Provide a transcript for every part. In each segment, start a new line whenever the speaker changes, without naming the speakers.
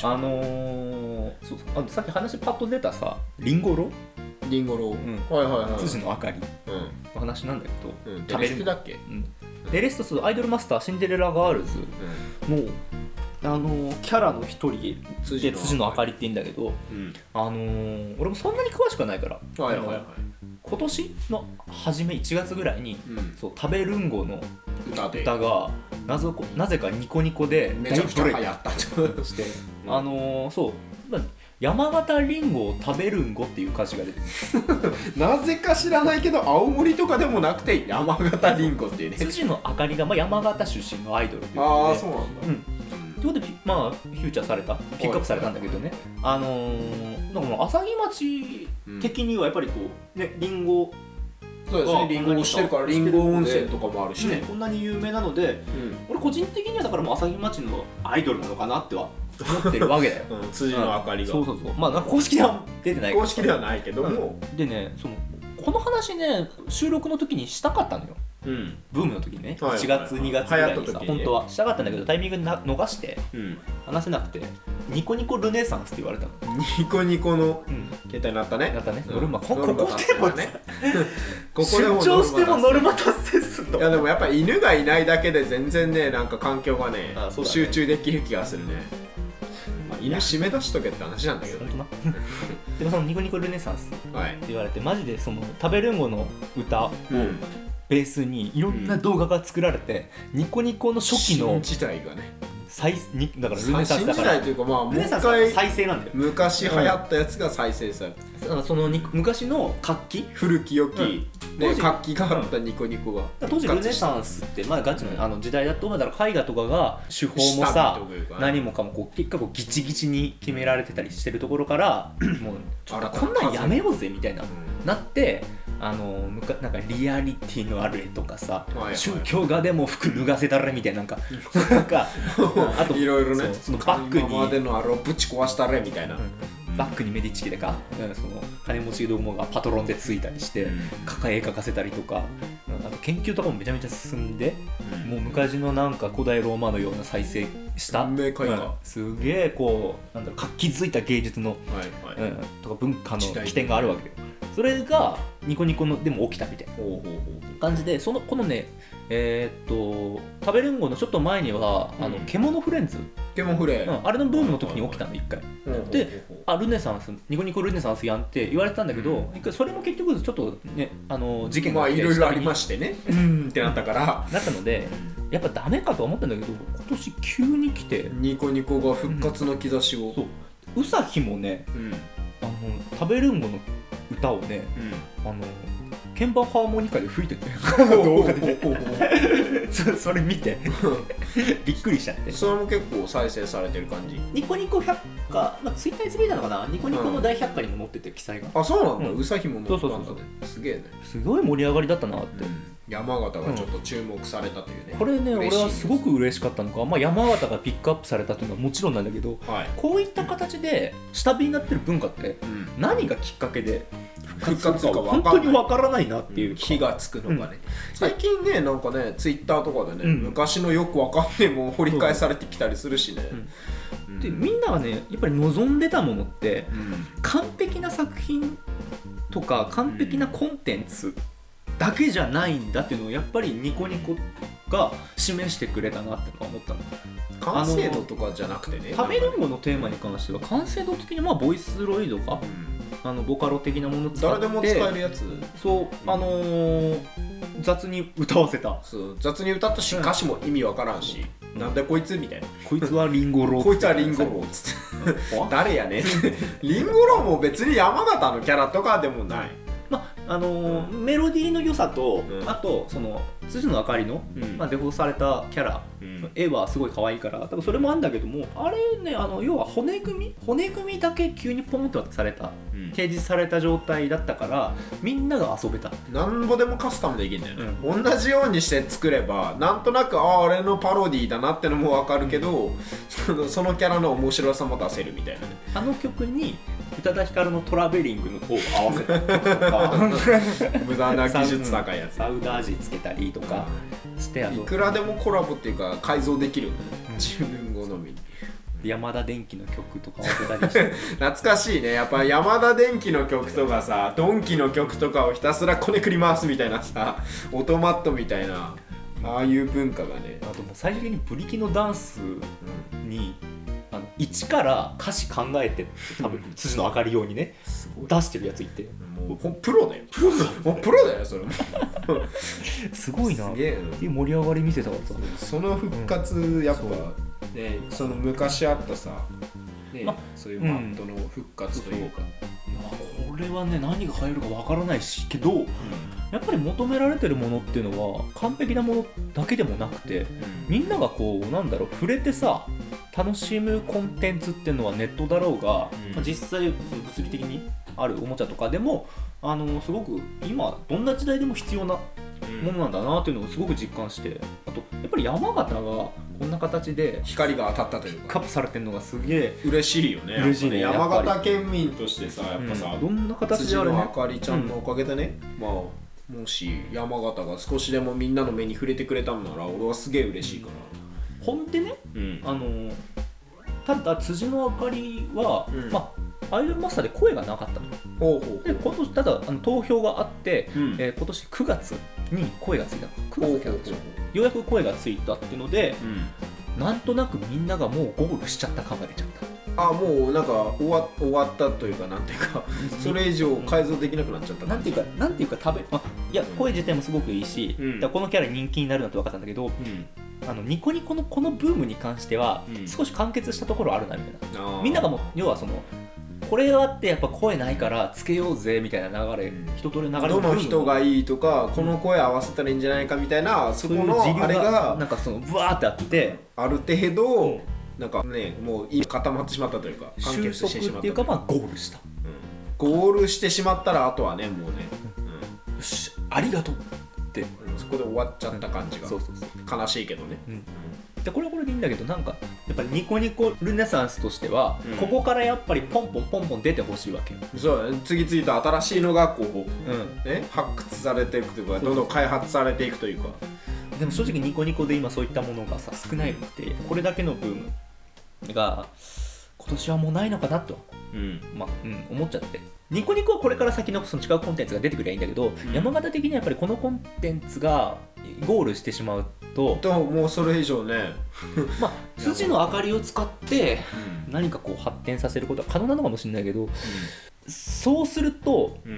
あのー、そうそうあのさっき話パッと出たさリンゴロ
リンゴロ
ん
はいはいはい
辻の明かり
う
の話なんだけど、
んうん
食
食
べ
べ
れる
るだっけうん
うん、でレストスアイドルマスターシンデレラガールズのあのーキャラの一人
辻
で
の
辻の明かりって言うんだけど、
うん
あのー俺もそんなに詳しくはないから
はいはいはい
あの今年の初め1月ぐらいに
うん
そう食べるんごの
歌で
歌がなぜこなぜかニコニコで
めちゃくちゃ
大ブレ
流
イ
行
ク
った
して、
うん
あのーそうまあ山形りんごを食べるんごっていう歌詞が出てる
なぜか知らないけど青森とかでもなくて山形りんごっていう ね
辻野あかりが、まあ、山形出身のアイドルっていう
あ
こ
あ
と
そうなんだ
で、うん、ということで、まあ、フューチャーされたピックアップされたんだけどね、あのー、なんかもう朝日町的にはやっぱりこうねりんご
そうです
あ
ねりんごをしてるからりんご温泉とかもあるしね
こんなに有名なので
うん
俺個人的にはだからもう朝日町のアイドルなのかなっては思ってるわけ だよ
うん辻の明かりが
そうそうそうまあなんか公式では出てない
公式ではないけども
でねそのこの話ね収録の時にしたかったのよ
うん
ブームの時にね、
はい
1月2月ぐらいにさ
流行った時にね
本当はしたかったんだけどタイミングな逃して
うん
話せなくてニコニコルネサンスって言われたの
ニコニコの
うん
携帯になったね
なったね
うん
ノルマここ
ノルマ
こでも
達成だ
ね
ね ここでも
出 張しても
ノ
ノ
ル
ル
マ
マ
達
達成すん
成
の
いやでもやっぱ犬がいないだけで全然ねなんか環境がね
あそうだね
集中できる気がするね、まあ、犬締め出しとけって話なんだけど
本
ね
当なでもそのニコニコルネサンスって
はい
言われてマジでその食べるもの歌を
うん
ベースにいろんな動画が作られて、ニコニコの初期の
新時代がね
再にだからルネ
最
サンス
新
だ
時
か
代
ら
というかまあもう
ルネ
一
サンスは
回
再生なんだよ
昔流行ったやつが再生された
だからそのに昔の活気
古き良き、
うん当
ね、
時
活気があったニコニコが
当時ルネ
ン
サンスってまあガチのあの時代だとまあだから絵画とかが手法
ス
もさ何
も
もかもこう結構ギチギチに決められてたりしてるところからもうちょっと
新たな
こんなんやめようぜみたいな
う
なってあのむかなんかリアリティのある絵とかさ、
いはい
宗教画でも服脱がせたらみたいななんかなんか うんあと
いろいろ
そう
ね
そのバッグに
今までのあれをぶち壊したれみたいな、
うんバックにメディチ家でか、うん、その金持ちどもがパトロンでついたりして、抱え描かせたりとか、うんあと研究とかもめちゃめちゃ進んで、もう昔のなんか古代ローマのような再生した、
文明絵画
うんすげえこうなんだろう活気づいた芸術の、
はい
うん、とか文化の
時代
起点があるわけよそれがニコニコのでも起きたみたいな
ほうほうほ
感じでそのこのねえーっと食べるんごのちょっと前には「あの
うん
獣フレンズ、
うケモフレ
うんあれのブームの時に起きたの一回であルネサンスニコニコルネサンスやんって言われてたんだけど、一回それも結局ちょっとねあの事件
ま
が
あ
起き
い
て
ろいろあ
下
り
火に
ましてねうんってなったから
なったのでやっぱダメかと思ったんだけど今年急に来て
ニコニコが復活の兆しを
そうウサヒもね
うん
あの食べるんごの歌をねあの鍵盤ハーモニカで吹いて て動画で
ほうほうほう ほう
そそれ見てびっくりしちゃって
それも結構再生されてる感じ
ニコニコ百科、まあ、ツイッターにつぶやいたのかなニコニコの大百科にも載ってて記載が、
あそうなんだ
うん
ウサヒも乗ったん
そ
だ
うそう
ねすげえね
すごい盛り上がりだったなって、
山形がちょっと注目されたというね
これね俺
嬉しい
はすごく嬉しかったのが、まあ、山形がピックアップされたというのはもちろんなんだけど
はい
こういった形で下火になってる文化って
うん
何がきっかけで
復活か
本
分か
当
ん
に
ない
わからないなっていうか
火がつくのがね、
ん
最近ねなんかねツイッターとかでね、
うん
昔のよくわかんねえもん掘り返されてきたりするしね、うん
でみんながねやっぱり望んでたものって完璧な作品とか完璧なコンテンツだけじゃないんだっていうのをやっぱりニコニコが示してくれたなってのは思ったの
完成度とかじゃなくてね
食べるものテーマに関しては完成度的にまあボイスロイドか
うん
あのボカロ的なもの使って
誰でも使えるやつ
そうあのー雑に歌わせた
そう雑に歌ったし
うん
歌詞も意味わからんし、
うん
なんでこいつみたいな、
こいつはリンゴロー
こいつはリンゴローっつって
うん
誰やねんリンゴローも別に山形のキャラとかでもない、
まああのーメロディーの良さと、
うん
あとその辻野あかりの、
うん
まあ、デフォされたキャラ、
うん
絵はすごい可愛いから多分それもあるんだけどもあれねあの要は骨組み骨組みだけ急にポンとされた提示された状態だったからみんなが遊べた
なんぼでもカスタムできるんだよね、同じようにして作ればなんとなくあああれのパロディーだなってのもわかるけど、そのそのキャラの面白さも出せるみたいなね
あの曲に宇多田ヒカルの「トラベリング」の方を合わせたりと か
無駄な技術高いや つ
サウダージつけたりとかしてあ
い
の
くらでもコラボっていうか改造できるんだよね、
うん
自分好みに
でで山田電機の曲とかを当てたりして
懐かしいねやっぱ山田電機の曲とかさドンキの曲とかをひたすらこねくり回すみたいなさオートマットみたいなああいう文化がね
あ、ともう最終的にブリキのダンスにあの一から歌詞考えて多分辻の明かり用にね
すごい
出してるやついて
もうほんプロだよプロだよもうプロだよそれも
すごいなっ
す
て
げえな
いう盛り上がり見せたかった
その復活やっぱ、ねその昔あったさ、ね
ま
そういうバンドの復活というか、
いやこれはね何が入るかわからないしけどやっぱり求められてるものっていうのは完璧なものだけでもなくてみんながこうなんだろう触れてさ楽しむコンテンツっていうのはネットだろうが、
うん
まあ実際その物理的にあるおもちゃとかでもあのすごく今どんな時代でも必要なものなんだなっていうのをすごく実感してあとやっぱり山形がこんな形で
光が当たったという
カ
か
ップされてるのがすげえ
嬉しいよね
嬉しいね
やっ
やっ
ぱ
ぱり
山形県民としてさやっぱさ、
うんどんな形
辻
である
のあ
ね
かりちゃんのおかげでね、まあもし山形が少しでもみんなの目に触れてくれたんなら俺はすげえ嬉しいから、
ほんでね
うん
あのただ辻の明かりは、
うん
まあ、アイドルマスターで声がなかったの
ほうほう
で今年ただあの投票があって、
うん
えー今年9月に声がついたの9月
ほう
だ
ほ
け
う
だ
ほ
ったでしょようやく声がついたっていうのでなんとなくみんながもうゴールしちゃった感が出ちゃった
あもうなんか終わ終わったというかなんていうかそれ以上改造できなくなっちゃった
なんていうかなんていうか食べあいや声自体もすごくいいし、
うん
だからこのキャラ人気になるなって分かったんだけど
うん
あのニコニコのこのブームに関しては、
うん
少し完結したところあるなみたいな
あー
みんながもう要はそのこれがあってやっぱ声ないからつけようぜみたいな流れ、
うん
人とれ流れ
どの人がいいとかこの声合わせたらいいんじゃないかみたいなそこのあれ
な
が
んかそのブワーってあって
ある程度なんかねもう固まってしまったというか完
収
結してし
束ったて
まっ
い
といううか
かまあゴールしたよ
うんゴールしてしまったらあとはねもうね、
しありがとうって
うんそこで終わっちゃった感じが
そうそうそう
悲しいけどね
でこれはこれでいいんだけどなんかやっぱりニコニコルネサンスとしては、
うん
ここからやっぱりポンポンポンポン出てほしいわけよ、
そうだね次々と新しいのがこう、
う
ね、発掘されていくというか
そうそう
どんどん開発されていくというか
ん、でも正直ニコニコで今そういったものがさ少ないくてこれだけのブームが今年はもうないのかなと
うん
まあうん、思っちゃってニコニコはこれから先のその違うコンテンツが出てくればいいんだけど、
ん
山形的にはやっぱりこのコンテンツがゴールしてしまうと、
ともうそれ以上ね、
まあ、筋の明かりを使って何かこう発展させることは可能なのかもしれないけどそうすると
うんう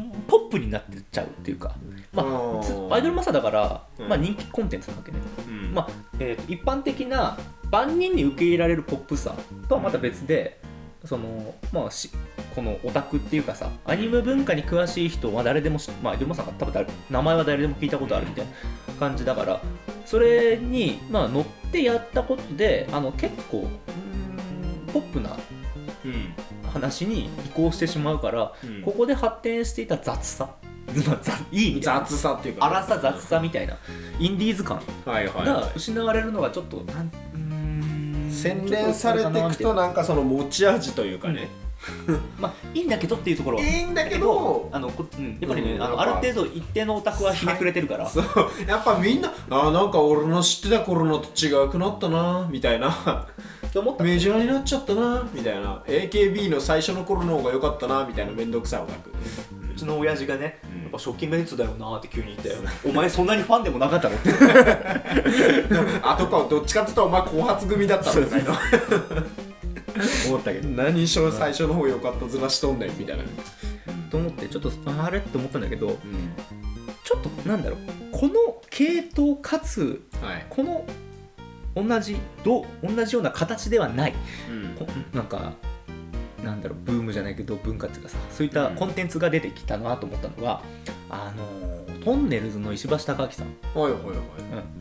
ん
ポップになってっちゃうっていうか、ま
あ
あ、
ー
つアイドルマスターだから、
うん
まあ、人気コンテンツなわけね、
うん
まあえーと一般的な万人に受け入れられるポップさとはまた別で、そのまあ、しこのオタクっていうかさアニメ文化に詳しい人は誰でもし、まあ、アイドルマさんが多分誰名前は誰でも聞いたことあるみたいな感じだからそれに、まあ、乗ってやったことであの結構うーんポップな
うん
話に移行してしまうから、
うん
ここで発展していた雑さ、まあ、雑いい意味で
雑さっていうか
荒さ雑さみたいなインディーズ感
はいはい
が
は
失われるのがちょっとなんうーん
い洗練されていく
ちょ
と
っそれかなみたいな
なんかその持ち味というかね、
まあいいんだけどっていうところはい
いんだけど
あのこうんやっぱりね、
うん
あの
やっぱ
ある程度一定のオタクはひねくれてるから
そうやっぱみんなあーなんか俺の知ってた頃のと違くなったなみたいな
って思った
メジャーになっちゃったなみたいな AKB の最初の頃の方が良かったなみたいな面倒くさいオタク
うちの親父がね、
ん
やっぱ初期メンツだよなって急に言ってお前そんなにファンでもなかったのって
後かどっちかっていうとお前後発組だったみたいな
思ったけど
何しろ最初の方良かったずらしとんねんみたいな、
と思ってちょっとあれって思ったんだけどちょっとなんだろうこの系統かつ
はい、
この同じど同じような形ではないこなんかなんだろうブームじゃないけど文化っていうかさそういったコンテンツが出てきたなと思ったのが、あのートンネルズの石橋貴明さん
はいはいは
う
い
ん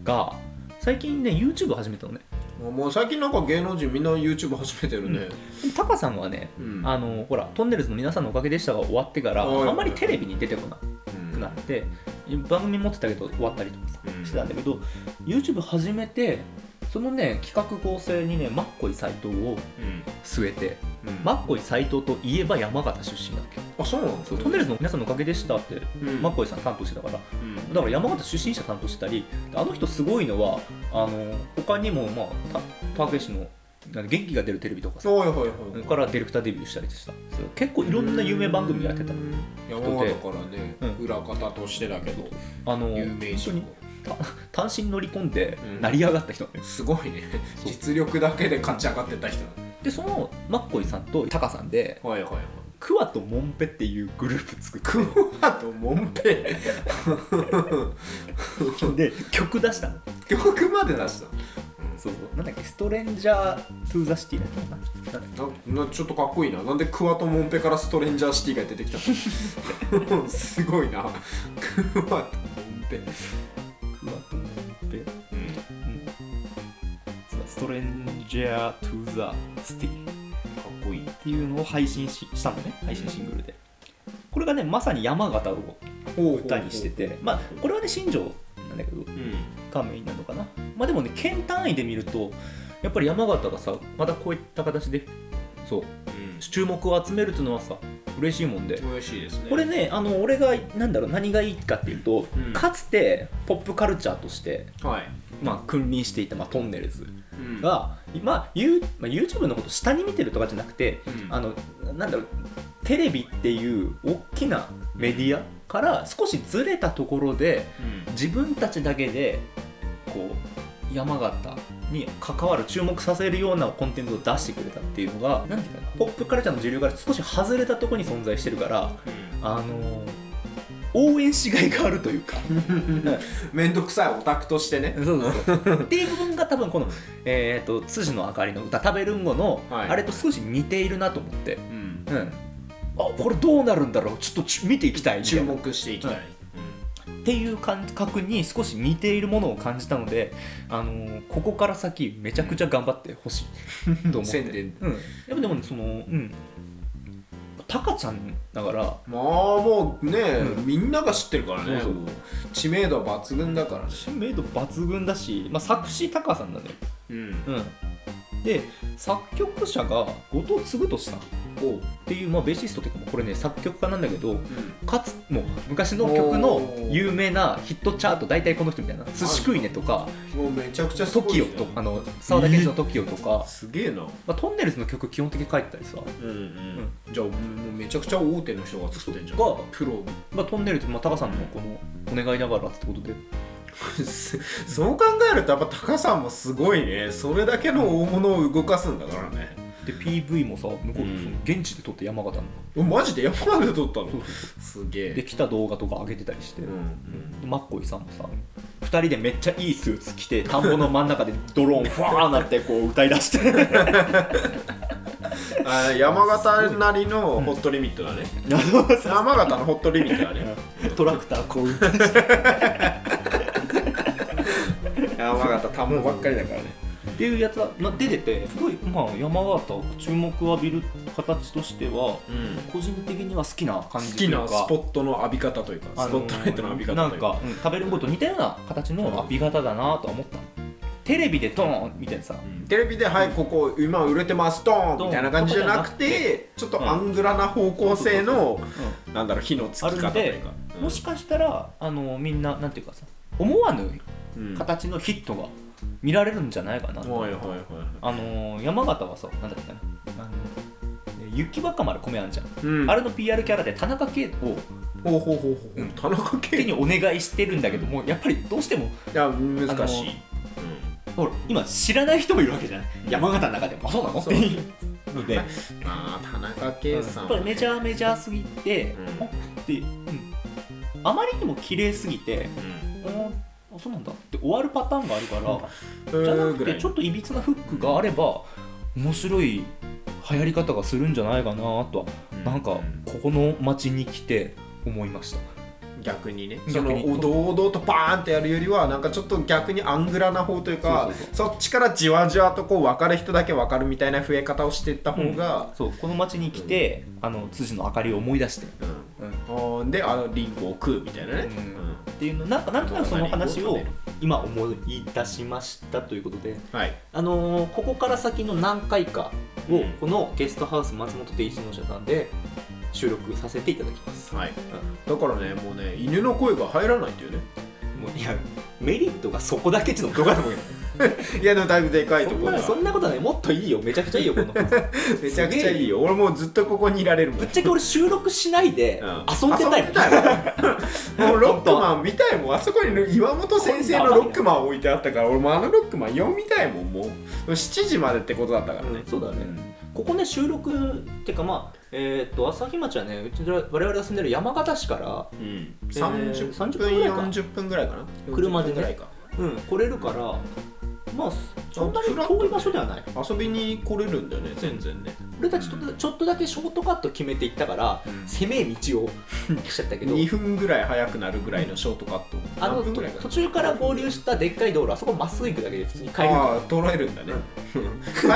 が最近ね YouTube を始めたのね
もうもう最近なんか芸能人みんな YouTube 始めてるね、
でもタカさんはね、
うん
あのーほら「トンネルズの皆さんのおかげでした」が終わってから
はい
あんまりテレビに出てこな
う
く
ん
なって番組持ってたけど終わったりとかさ
うん
してたんだけど YouTube 始めてそのね企画構成にねマッコイ斎藤を据えて
うん
マッコイ斎藤といえば山形出身だっけ
あそうなんです
そうトンネルズの皆さんのおかげでしたって、
ん
マッコイさん担当してたからだ
うん
から山形出身者担当してたりあの人すごいのはあの他にもまあたたけしのあの元気が出るテレビとかさ
おいほい
そ
ほ
れ
い
からディレクターデビューしたりしてさそう結構いろんな有名番組やってたの
山形からね、
うん
裏方としてだけど
あの
有名人
本当にた単身乗り込んで
うん
成り上がった人なのよ
すごいね
そう
実力だけで勝ち上がってた人
でそのマッコイさんとタカさんで
はいはいはい
クワとモンペっていうグループ作って
クワとモンペ
で曲出したの
曲まで出し
そ
た
うそうなんだっけストレンジャー・トゥ・ザ・シティだったかななんだっけ
ななちょっとかっこいいななんでクワとモンペからストレンジャーシティが出てきた のすごいなクワとモンペ、
クワとモンペストレンジャー・トゥ・ザ・スティ
かっこいい
っていうのを配信ししたのね配信シングルでこれがねまさに山形を歌にしててまあこれはね新庄なんだけど
うん
がメインなのかなまあでもね県単位で見るとやっぱり山形がさまたこういった形でそう注目を集めるっていうのはさ嬉しいもんで
美味しいですね
これねあの俺がなんだろう何がいいかっていうと、
うん
かつてポップカルチャーとして、
はい、
まあ、君臨していた、まあ、トンネルズ
うん
が、まあ you まあ、YouTube のこと下に見てるとかじゃなくて、
うん
あのなんだろうテレビっていう大きなメディアから少しずれたところで
うん
自分たちだけでこう山形に関わる注目させるようなコンテンツを出してくれたっていうのがなんていうかなポップカルチャーの時流から少し外れたところに存在してるからあのー応援しがいがあるというか
めんどくさいオタクとしてね、
そうそう そうっていう部分が多分この「えー、と辻の明かりの歌食べるんごの」
はい
あれと少し似ているなと思って、うん、あこれどうなるんだろうちょっとち見ていきたいみたい
注
な
目していきたい、
っていう感覚に少し似ているものを感じたので、あのーここから先めちゃくちゃ頑張ってほしいと思って、
宣伝
うん、やっぱでもねそのうんタカちゃんだから
まあもうね、
う
みんなが知ってるからね
そうそう
もう知名度は抜群だからね、
知名度抜群だし、まあ、作詞タカさんなんだよ、
うん、
うん、で作曲者が後藤嗣俊さん
おう
っていう、まあ、ベーシストっていうかこれね作曲家なんだけどかつもう昔の曲の有名なヒットチャート大体この人みたいな「寿司食いね」とか
もうめちゃく
「
ちゃすごい
TOKIO」とあの沢田研二の「TOKIO」とか、
すげえな
まあ、トンネルズの曲基本的に書いてたりさ、
うんうん、じゃあもうめちゃくちゃ大手の人が作ってんじゃん
が
プロ
まあ、トンネルズもタカさんのこのお願いだからってことで、
そう考えるとやっぱ高さんもすごいねそれだけの大物を動かすんだからね
で PV もさ向こう、
うん
その現地で撮って山形の
おマジで山まで撮ったの
そうそう
すげ
で
え
来た動画とか上げてたりして、
うんうん
マッコイさんもさ2人でめっちゃいいスーツ着て田んぼの真ん中でドローンファーなってこう歌いだして
あ山形なりのホットリミットだね、山形のホットリミットだね
トラクターこう歌って
山形田んぼばっかりだからね
っていうやつがま出ててすごい、まあ、山形注目を浴びる形としては
うん
個人的には好きな感
好
じ
きなスポ
ッ
ットの浴び方というか、スポットライトの浴び方とい
な
うん
か、うん食べるごと似たような形の浴び方だなとは思ったテレビでドーンみたいなさ、
うんテレビで「はいここ今売れてますドーン!」みたいな感じじゃなくてちょっとアングラな方向性の
う
なんだろう火のつき
ん、あ
方
るん
とい
で
うか、
もしかしたらあのみんななんていうかさ思わぬ
うん
形のヒットが見られるんじゃないかな、
はいはいはい
あのー山形はさなんだっけなあの雪ばっかまで米あんじゃん、
うん
あれの PR キャラで田中圭を
ほうほうほうほう、
うん
田中
手
圭い
にお願いしてるんだけどもやっぱりどうしても
や難しい、
ほら今知らない人もいるわけじゃない山形の中でもあそうなのっ
そう
ていうのでや
うんまあ田中圭さん
っぱりメジャーメジャーすぎて、
うん
あって、うんあまりにも綺麗すぎて
うん
あそうなんだって終わるパターンがあるから、
う
じゃな
ーぐ
く
ら
て
い
ちょっといびつなフックがあれば面白い流行り方がするんじゃないかなとは
うん
なんか
うん
ここの町に来て思いました
逆にねそ
逆
の
に
お堂々とバーンってやるよりはなんかちょっと逆にアングラな方という
そ
か
うそう
そっちからじわじわとこう分かる人だけ分かるみたいな増え方をしていった方が、
そうこの町に来てあの辻の明かりを思い出して、
うんあーであのリンゴを食うみたいなね、
うん
うん
っていうのなんかなんとなくその話を今思い出しましたということで、
はい
あのーここから先の何回か
う
を
ん
このゲストハウス松本定一の社さんで収録させていただきます、
はい、だからねもうね犬の声が入らないっていうね
もういやメリットがそこだけちょっとどうかと思うけど
いやでもだいぶでかい
そ
と
ん
ころ
なそんなことはねもっといいよめちゃくちゃいいよこの ぶ
めちゃくちゃいいよ俺もうずっとここにいられるもん、う
っちゃけ俺収録しないで
ん
遊んでたよ、
遊んでたよもうロックマン見たいもんあそこに岩本先生のロックマン置いてあったから俺もあのロックマン読みたいもんもうでも7時までってことだったからね、
そうだね、ここね収録っていうかまあえーっと朝日町はねうちら我々が住んでる山形市から
うん、
えー
30
30分
分
ぐらいか
40分ぐらいかな
車でね
40分ぐらいか
うん来れるからまあそんなに
フラットね
遠い場所ではない
遊びに来れるんだよね全然ね
俺たちちょっとちょっとだけショートカット決めていったから、
うん
攻めえ道をしちゃったけど
2分ぐらい早くなるぐらいのショートカット
あの
何分
と
ぐらいかな
途中から合流したでっかい道路あそこまっすぐ行くだけで普通に帰れる
ああ捉えるんだね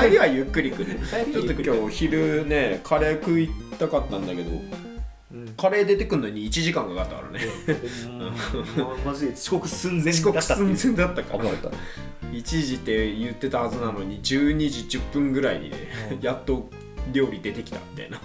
帰りはゆっくり来る
帰り
ちょっと今日昼ねカレー食いたかったんだけど
うん
カレー出てくるのに1時間かかったからね
うんマジで遅刻寸前
遅
だ
刻
ったっていう
寸前だったか
危
ら
なかった
1時って言ってたはずなのに12時10分ぐらいにね
うん
やっと料理出てきたみたいな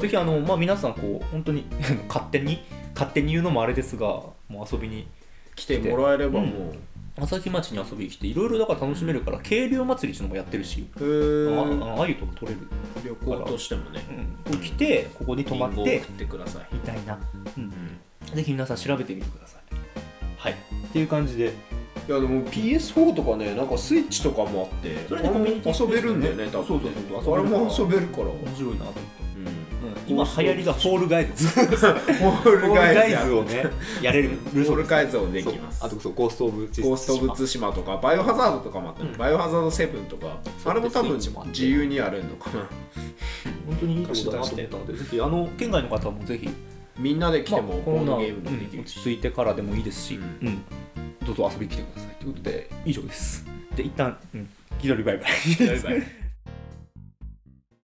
ぜひあの、まあ、皆さんこう本当に勝手に勝手に言うのもあれですがもう遊びに
来てもらえれば
うん
も
朝日町に遊びに来ていろいろだから楽しめるから渓流祭りっていうのもやってるし、
う、
あ
へー
ああゆとか取れる、
旅行としてもね
うん、来てここに泊まっ
リンゴを
て
食ってください、
みたいな、うん
う、ん
ぜひ皆さん調べてみてくださいはいっていう感じで
いやでも PS4 とかねなんかスイッチとかもあって
それねコミュニティ
遊べるんだよね多分
そうそうそう
あれも遊べるから、
面白いなと思って、
う
今流行りがフォールガイズフ
ん、ホー
ォー
ル
ル
ガ
ガ
イ
イ
ズ
ズ
を
をねやれる
ホールガイズをできます
そうあとそうゴースト・オブ・ジェス
ゴースト・オブ・ツシマとかバイオハザードとかもあった、ね
うん
バイオハザード7とか
そう
あれも多分
スイッチもあって
自由にやれるのかな
本当にいいとこだなと思ったのでぜひあの県外の方もぜひ
みんなで来ても
こ
ボー
んな
ド
う
ゲームもで
ん
き
落
るし、
ち着いてからでもいいですし、
う
うんんどうぞ遊びに来てくださいということで以上ですで一旦、うん、ギドリバイバイ
バイバイ